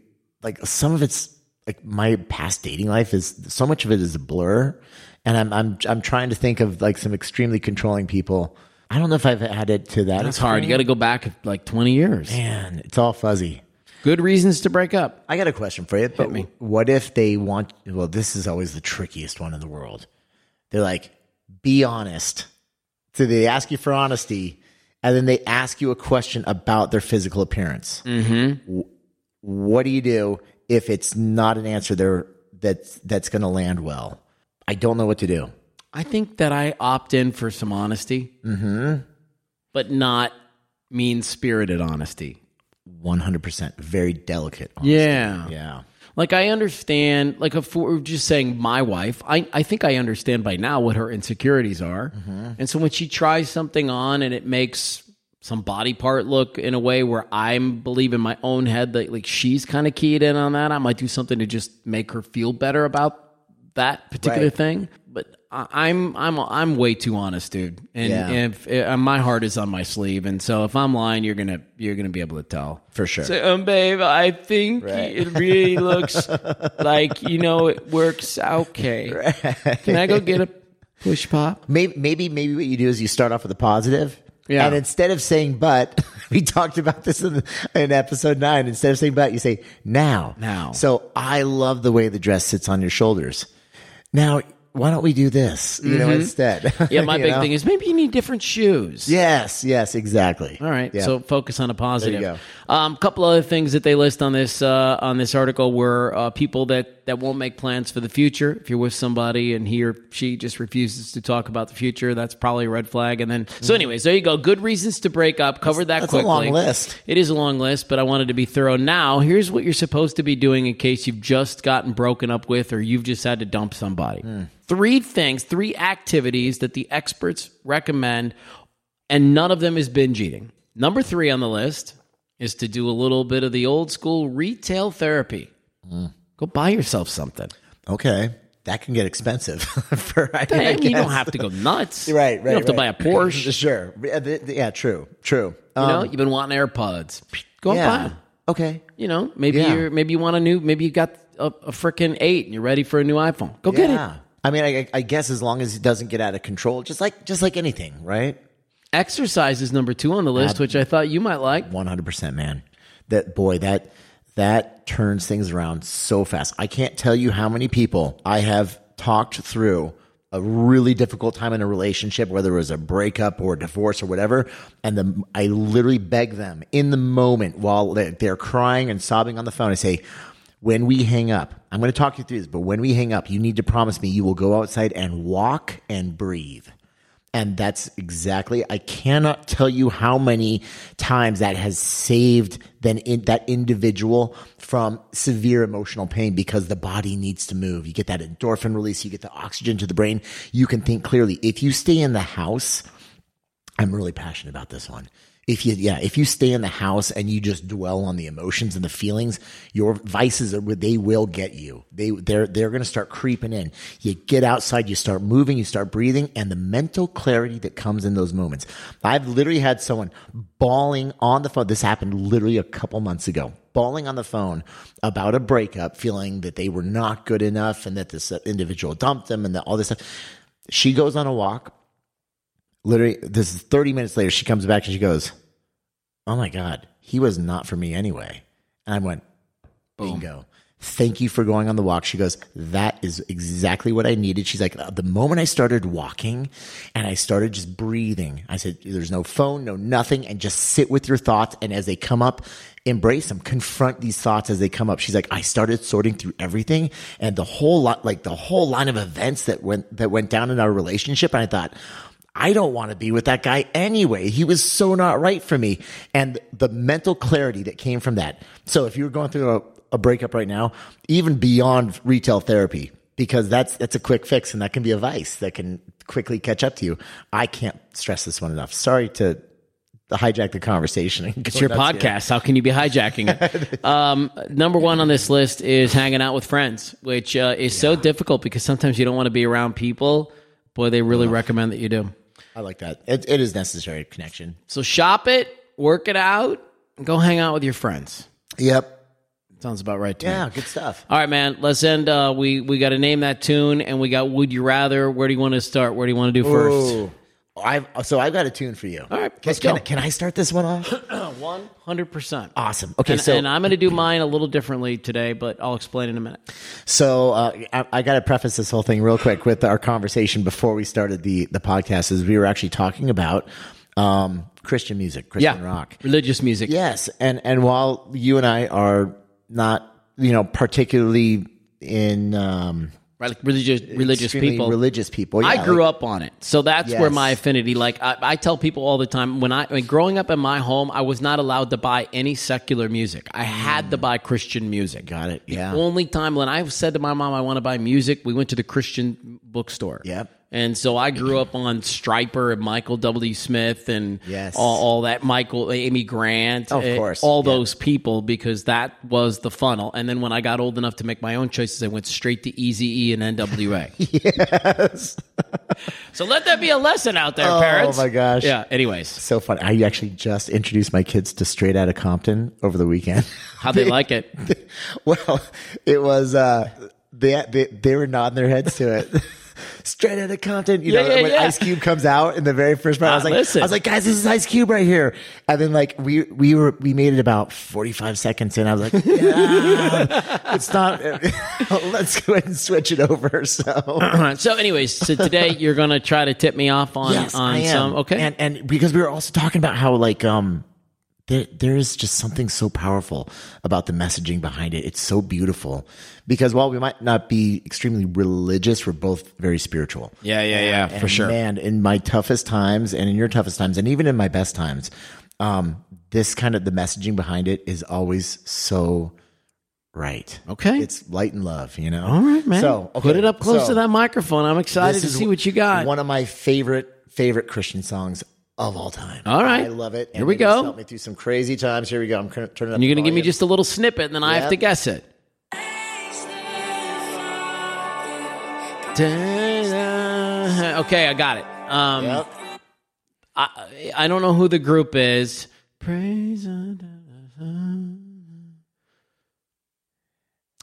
Like some of it's like my past dating life is so much of it is a blur, and I'm I'm I'm trying to think of like some extremely controlling people. I don't know if I've had it to that. That's hard. You got to go back like 20 years. Man, it's all fuzzy. Good reasons to break up. I got a question for you. But What if they want? Well, this is always the trickiest one in the world. They're like, "Be honest." So they ask you for honesty, and then they ask you a question about their physical appearance. Mm-hmm. What do you do if it's not an answer there that's that's going to land well? I don't know what to do. I think that I opt in for some honesty, mm-hmm. but not mean spirited honesty. One hundred percent, very delicate. Honesty. Yeah. yeah. Like I understand, like if we're just saying my wife, I, I think I understand by now what her insecurities are. Mm-hmm. And so when she tries something on and it makes some body part look in a way where I'm believe in my own head that like she's kind of keyed in on that, I might do something to just make her feel better about that particular Right. thing. But I- I'm I'm I'm way too honest, dude. And Yeah. if uh, my heart is on my sleeve, and so if I'm lying, you're gonna you're gonna be able to tell. for sure. Say, um, babe, I think Right. it really looks like you know it works okay. Can I go get a push pop? maybe, maybe maybe what you do is you start off with a positive. Yeah. And instead of saying but, we talked about this in, in episode nine. Instead of saying but, you say now. Now. So I love the way the dress sits on your shoulders. Now, why don't we do this? You know, instead. Mm-hmm. Yeah, my You big know? thing is maybe you need different shoes. Yes, yes, exactly. All right. Yeah. So focus on a positive. There you Um, couple other things that they list on this uh, on this article were uh, people that that won't make plans for the future. If you're with somebody and he or she just refuses to talk about the future, that's probably a red flag. And then Mm-hmm. so, anyways, there you go. Good reasons to break up. Covered that that's a quickly. long list. It is a long list, but I wanted to be thorough. Now, here's what you're supposed to be doing in case you've just gotten broken up with or you've just had to dump somebody. Hmm. Three things, three activities that the experts recommend and none of them is binge eating. Number three on the list is to do a little bit of the old school retail therapy. Hmm. Go buy yourself something. okay. That can get expensive. for, I And you don't guess. have to go nuts. Right, right. You don't have to buy a right. Porsche. sure. Yeah, th- th- yeah, true, true. you Um, know, you've been wanting AirPods. Go and buy yeah. 'em. Okay. You know, maybe Yeah. you're maybe you want a new. Maybe you got a, a freaking eight and you're ready for a new iPhone. Go get it. Yeah. I mean, I, I guess as long as it doesn't get out of control, just like just like anything, right? Exercise is number two on the list, which I thought you might like. One hundred percent, man. That boy, that that turns things around so fast. I can't tell you how many people I have talked through a really difficult time in a relationship, whether it was a breakup or a divorce or whatever, and the I literally beg them in the moment while they're, they're crying and sobbing on the phone. I say. When we hang up, I'm going to talk you through this, but when we hang up, you need to promise me you will go outside and walk and breathe. And that's exactly, I cannot tell you how many times that has saved then in, that individual from severe emotional pain because the body needs to move. You get that endorphin release, you get the oxygen to the brain, you can think clearly. If you stay in the house, I'm really passionate about this one. If you, yeah, if you stay in the house and you just dwell on the emotions and the feelings, your vices are they will get you. They they're they're going to start creeping in. You get outside, you start moving, you start breathing, and the mental clarity that comes in those moments. I've literally had someone bawling on the phone. This happened literally a couple months ago bawling on the phone about a breakup, feeling that they were not good enough and that this individual dumped them and that all this stuff. She goes on a walk. Literally, this is 30 minutes later. She comes back and she goes, Oh my God, he was not for me anyway. And I went, Bingo. Thank you for going on the walk. She goes, That is exactly what I needed. She's like, The moment I started walking and I started just breathing, I said, There's no phone, no nothing, and just sit with your thoughts. And as they come up, embrace them, confront these thoughts as they come up. She's like, I started sorting through everything and the whole lot, like the whole line of events that went, that went down in our relationship. And I thought, I don't want to be with that guy anyway. He was so not right for me. And the mental clarity that came from that. So if you were going through a, a breakup right now, even beyond retail therapy, because that's that's a quick fix and that can be a vice that can quickly catch up to you. I can't stress this one enough. Sorry to hijack the conversation. and It's go your nuts here. podcast. How can you be hijacking it? um, number one on this list is hanging out with friends, which uh, is so difficult because sometimes you don't want to be around people. Boy, they really recommend that you do. I like that. It, it is necessary connection. So shop it, work it out, and go hang out with your friends. Yep. Sounds about right to me. Yeah. Good stuff. All right, man. Let's end. Uh, we we got to name that tune, and we got Would You Rather. Where do you want to start? Where do you want to do first? Ooh. Oh, I've so I've got a tune for you. All right, Can, let's can, go. can I start this one off? Hundred percent. Awesome. Okay. And, so and I'm going to do mine a little differently today, but I'll explain in a minute. So uh, I, I got to preface this whole thing real quick with our conversation before we started the the podcast. Is we were actually talking about um, Christian music, Christian rock. religious music. Yes, and and while you and I are not, you know, particularly in um, Right, like religious religious extremely people. religious people, I yeah, grew like- up on it, so that's where Yes. my affinity. Like I, I tell people all the time, when I when growing up in my home, I was not allowed to buy any secular music. I had to buy Christian music. Mm. Got it, yeah. The only time when I said to my mom, "I want to buy music," we went to the Christian bookstore. Yep. And so I grew up on Striper and Michael W. Smith and Yes. all, all that Michael, Amy Grant, Of eh, course, all yeah. those people because that was the funnel. And then when I got old enough to make my own choices, I went straight to Easy E and NWA. yes. so let that be a lesson out there, Oh, parents. my gosh. Yeah. Anyways, So fun. I actually just introduced my kids to Straight Outta Compton over the weekend. how they like it? well, it was uh, they, they they were nodding their heads to it. Straight out of Compton, you Yeah, know yeah, when yeah. Ice Cube comes out in the very first part, I Ah, was like, listen. I was like, guys, this is Ice Cube right here. And then like we we were we made it about forty five seconds in. I was like, yeah, it's not. let's go ahead and switch it over. So so, anyways, so today you're gonna try to tip me off on yes, on I am. some. Okay. and and because we were also talking about how like um there there is just something so powerful about the messaging behind it. It's so beautiful because while we might not be extremely religious, we're both very spiritual. yeah, yeah, yeah, for And sure. Man, in my toughest times and in your toughest times and even in my best times, um, this kind of the messaging behind it is always so right. Okay. It's light and love, you know? All right, man. So put it up close so- to that microphone. I'm excited this to is see what you got. One of my favorite favorite Christian songs of all time. All right. I love it. Here we it just go. Helped me through some crazy times. Here we go. I'm cur- turning up. and you're the gonna give me volume. just a little snippet, and then I have Yep. to guess it. Okay, I got it. Um, Yep. I, I don't know who the group is. Praise.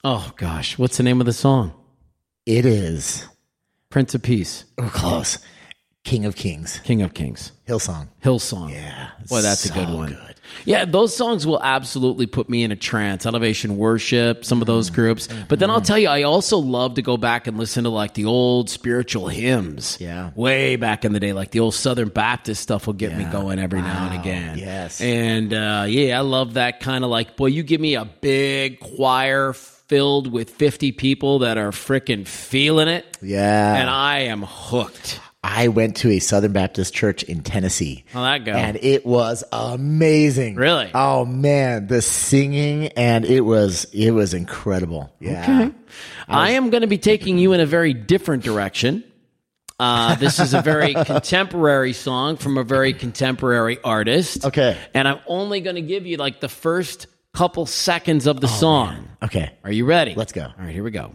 Oh gosh, what's the name of the song? It is. Prince of Peace, Oh, close. King of Kings, King of Kings, Hillsong. Hillsong. Yeah. Boy, that's a so good one. good. Yeah, those songs will absolutely put me in a trance. Elevation Worship, some of Mm. those groups. But then I'll tell you, I also love to go back and listen to like the old spiritual hymns. Yeah. Way back in the day, like the old Southern Baptist stuff will get me going every now and again. yes. And uh, yeah, I love that kind of like, boy, you give me a big choir filled with 50 people that are freaking feeling it. Yeah. And I am hooked. I went to a Southern Baptist church in Tennessee. How'd that go? And it was amazing. Really? Oh man, the singing and it was it was incredible. Yeah. Okay. I am going to be taking you in a very different direction. Uh, this is a very contemporary song from a very contemporary artist. Okay. And I'm only going to give you like the first couple seconds of the song. Okay. Are you ready? Oh, Let's go. All right, here we go.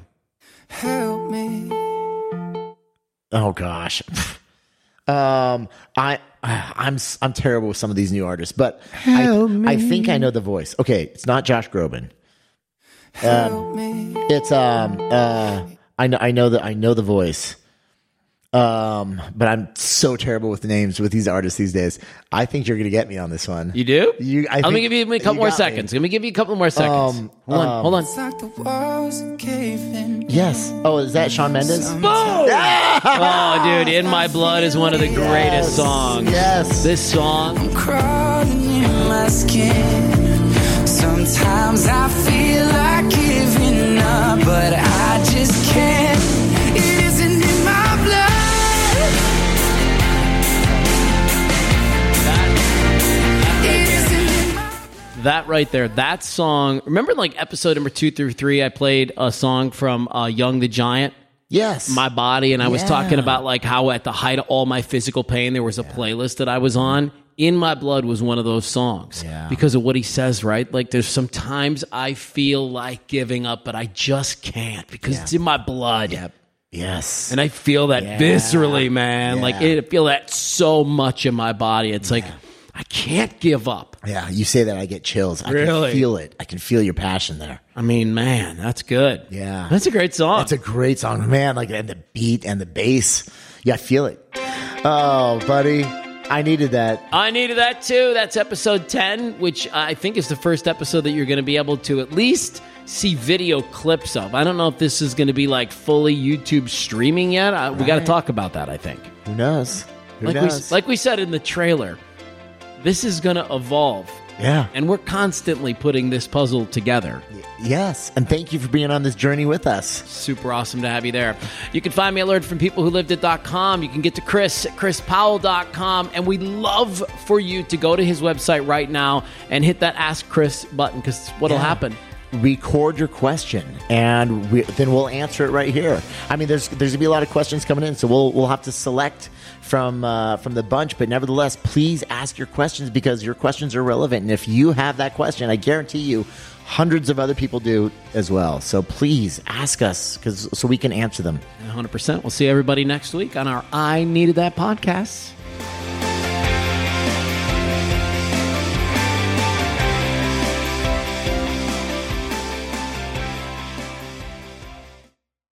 Help me. Oh gosh. um I I'm s- I'm terrible with some of these new artists, but I, I think I know the voice. Okay, it's not Josh Groban. Help me. It's um uh I know I know the I know the voice. Um, but I'm so terrible with names with these artists these days. I think you're gonna get me on this one. You do? You- I Let me think give you a couple you more got me. seconds. Let me give you a couple more seconds. Um, hold on. hold on. It's like the walls are caving. Yes. Oh, is that Sean Mendes? Boom! oh, dude, "In My Blood" is one of the greatest songs. Yes. This song. Crawling in my skin. Sometimes I feel like giving up, but I just can't. It isn't in my blood. It isn't in my That right there, that song. Remember, like episode number two through three, I played a song from uh, Young the Giant, Yes. my body, and I was Yeah. talking about like how at the height of all my physical pain, there was a playlist that I was on. In my blood was one of those songs Yeah. because of what he says, right? Like, there's sometimes I feel like giving up, but I just can't because it's in my blood. yes. And I feel that viscerally, man. Like, Yeah. I feel that so much in my body. It's like, I can't give up. yeah, you say that I get chills. I Really? can feel it. I can feel your passion there. I mean, man, that's good. Yeah. That's a great song. That's a great song, man. Like and the beat and the bass. Yeah, I feel it. Oh, buddy. I needed that. I needed that too. That's episode 10, which I think is the first episode that you're going to be able to at least see video clips of. I don't know if this is going to be like fully YouTube streaming yet. I, We got to talk about that, I think. Who knows? Who Like we, knows? like we said in the trailer, this is going to evolve. yeah. And we're constantly putting this puzzle together. yes. And thank you for being on this journey with us. Super awesome to have you there. You can find me I learned from people who lived it.com. You can get to Chris at chrispowell.com. And we love for you to go to his website right now and hit that Ask Chris button because what'll Yeah. happen. record your question, and we, then we'll answer it right here. I mean, there's there's gonna be a lot of questions coming in, so we'll we'll have to select from uh, from the bunch. But nevertheless, please ask your questions because your questions are relevant, and if you have that question, I guarantee you. Hundreds of other people do as well. So please ask us because so we can answer them. 100%. We'll see everybody next week on our I Needed That podcast.